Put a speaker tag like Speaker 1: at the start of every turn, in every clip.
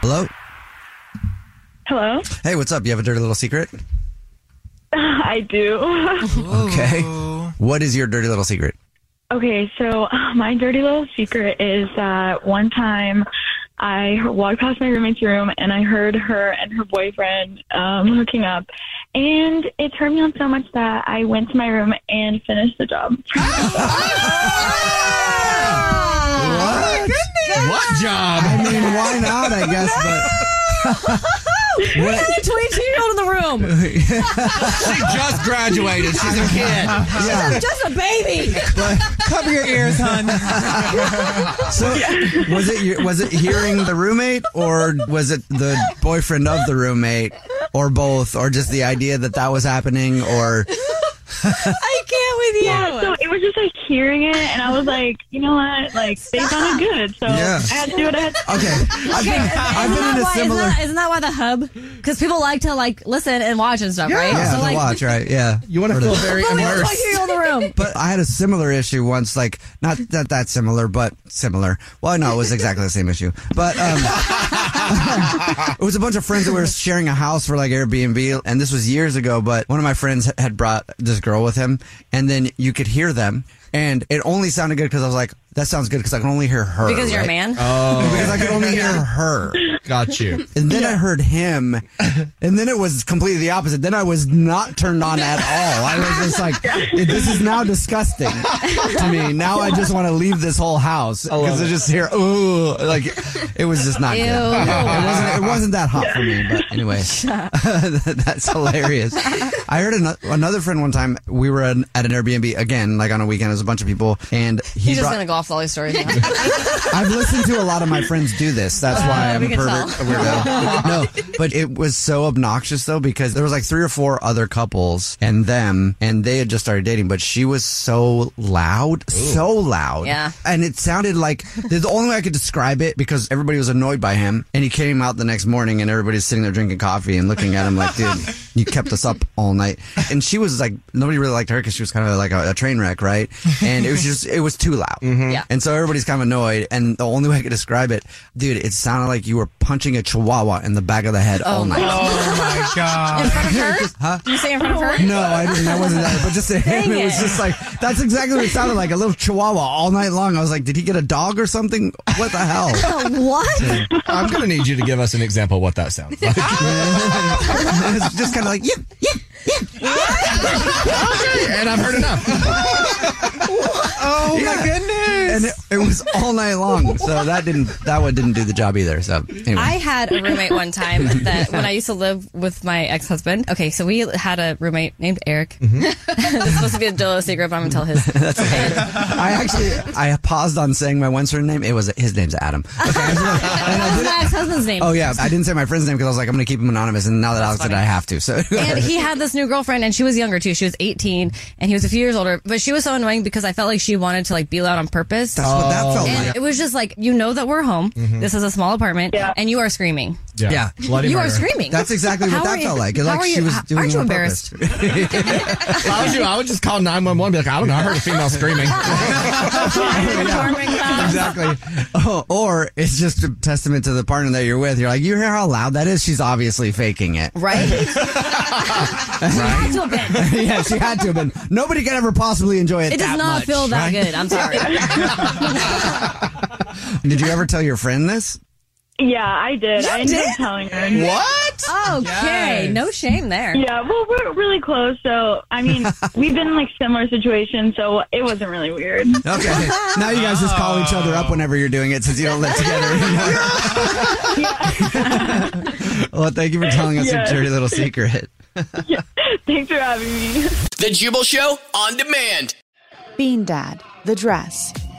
Speaker 1: Hello?
Speaker 2: Hello.
Speaker 1: Hey, what's up? You have a dirty little secret?
Speaker 2: I do.
Speaker 1: Okay. What is your dirty little secret?
Speaker 2: okay, so uh, my dirty little secret is that one time I walked past my roommate's room and I heard her and her boyfriend um, hooking up, and it turned me on so much that I went to my room and finished the job.
Speaker 1: What?
Speaker 3: What job?
Speaker 1: I mean, why not, I guess, but. what?
Speaker 4: 22 year old in the room.
Speaker 3: She just graduated. She's a kid.
Speaker 1: Yeah.
Speaker 4: Just a baby.
Speaker 1: But,
Speaker 3: Cover your ears, hon.
Speaker 1: so, was it your, was it hearing the roommate, or was it the boyfriend of the roommate, or both, or just the idea that that was happening, or
Speaker 4: I can't with you.
Speaker 2: So it was just like hearing it, and I was like, you know what? Like they sounded good, so
Speaker 1: Yeah.
Speaker 2: I had to do what I had to.
Speaker 1: okay? I've been, I've
Speaker 4: Isn't
Speaker 1: been
Speaker 4: that
Speaker 1: in a
Speaker 4: why-
Speaker 1: similar.
Speaker 4: Isn't that, isn't that why the hub? Because people like to like listen and watch and stuff, right?
Speaker 1: yeah,
Speaker 4: so
Speaker 1: the
Speaker 4: like,
Speaker 1: watch, right? Yeah.
Speaker 3: You want to
Speaker 1: Or the-
Speaker 3: feel very immersed.
Speaker 4: year old in the room.
Speaker 1: But I had a similar issue once, like not that that similar, but similar. Well, no, it was exactly the same issue. But um, it was a bunch of friends that were sharing a house for like Airbnb, and this was years ago. But one of my friends had brought this girl with him, and then you could hear them, and it only sounded good because I was like, "That sounds good," because I can only hear her.
Speaker 4: Because you're a
Speaker 1: right?
Speaker 4: man.
Speaker 1: Because I could only hear her.
Speaker 3: Oh. Got you.
Speaker 1: And then I heard him, and then it was completely the opposite. Then I was not turned on at all. I was just like, this is now disgusting to me. Now I just want to leave this whole house because I just hear, ooh, like it was just not
Speaker 4: Ew.
Speaker 1: good. It wasn't, it wasn't that hot for me, but anyway, that's hilarious. I heard ano- another friend one time, we were an, at an Airbnb again, like on a weekend, there's a bunch of people, and he
Speaker 4: He's just
Speaker 1: brought-
Speaker 4: gonna go off all these stories. Now.
Speaker 1: I've listened to a lot of my friends do this. That's why I'm
Speaker 4: Uh, we
Speaker 1: a
Speaker 4: can
Speaker 1: pervert. a Weirdo. no, but it was so obnoxious though because there was like three or four other couples and them, and they had just started dating. But she was so loud, so loud,
Speaker 4: Yeah.
Speaker 1: And it sounded like the only way I could describe it because everybody was annoyed by him, and he came out the next morning, and everybody's sitting there drinking coffee and looking at him like, dude. You kept us up all night, and she was like, nobody really liked her because she was kind of like a, a train wreck, right? And it was just, it was too loud.
Speaker 4: Yeah.
Speaker 1: Mm-hmm. And so everybody's kind of annoyed. And the only way I could describe it, dude, it sounded like you were punching a chihuahua in the back of the head all night.
Speaker 3: Oh my
Speaker 4: In
Speaker 3: god.
Speaker 4: front of her? Did you say in front of her?
Speaker 1: No, I didn't. That wasn't that. But just to him,
Speaker 4: Dang
Speaker 1: it. was
Speaker 4: it.
Speaker 1: just like, that's exactly what it sounded like a little chihuahua all night long. I was like, did he get a dog or something? What the hell?
Speaker 4: Oh, What?
Speaker 3: I'm gonna need you to give us an example of what that sounds like.
Speaker 1: it's just kind of like, yeah, yeah,
Speaker 5: okay, and I've heard enough.
Speaker 1: oh my goodness! And it, it was all night long, so that didn't that one didn't do the job either. So anyway.
Speaker 6: I had a roommate one time that when I used to live with my ex husband. Okay, so we had a roommate named Eric. this is supposed to be a Dolo secret, but I'm gonna tell his.
Speaker 1: That's okay. I actually I paused on saying my one certain name. It was his name's Adam.
Speaker 4: That was my ex husband's name.
Speaker 1: Oh yeah, I didn't say my friend's name because I was like I'm going to keep him anonymous, and now that Alex said I have to, so
Speaker 6: and he had this new girlfriend and she was younger too she was 18 and he was a few years older but she was so annoying because i felt like she wanted to like be loud on purpose
Speaker 1: That's what that felt
Speaker 6: And
Speaker 1: like.
Speaker 6: it was just like you know that we're home
Speaker 1: Mhm.
Speaker 6: this is a small apartment and you are screaming
Speaker 1: Yeah.
Speaker 6: Bloody You are murder. screaming.
Speaker 1: That's exactly what
Speaker 6: How are
Speaker 1: that
Speaker 6: you-
Speaker 1: felt like. It's
Speaker 6: how
Speaker 1: like
Speaker 6: are
Speaker 1: she
Speaker 6: you-
Speaker 1: was
Speaker 6: how-
Speaker 1: doing
Speaker 6: aren't
Speaker 1: it
Speaker 6: you
Speaker 1: on
Speaker 6: embarrassed?
Speaker 1: purpose.
Speaker 5: If I was you, I would just call 911 be like, I don't know, I heard a female screaming.
Speaker 1: exactly. Oh, or it's just a testament to the partner that you're with. You're like, you hear how loud that is? She's obviously faking it.
Speaker 6: right
Speaker 1: Right? yeah, she had to have been. Nobody can ever possibly enjoy it.
Speaker 4: It does
Speaker 1: that
Speaker 4: not
Speaker 1: much,
Speaker 4: feel that
Speaker 1: right?
Speaker 4: good. I'm sorry.
Speaker 1: Did you ever tell your friend this?
Speaker 2: Yeah, I did.
Speaker 4: You
Speaker 2: I ended
Speaker 4: did?
Speaker 2: up telling her.
Speaker 4: What? Okay, no shame there.
Speaker 2: Yeah, well, we're really close, so I mean, we've been in like similar situations, so it wasn't really weird.
Speaker 1: Okay. now you guys just call each other up whenever you're doing it since you don't live together anymore. well, thank you for telling us
Speaker 7: Yes.
Speaker 1: your dirty little secret.
Speaker 2: Thanks for having me.
Speaker 7: The Jubal Show on demand.
Speaker 8: Bean Dad, The Dress,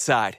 Speaker 9: Side.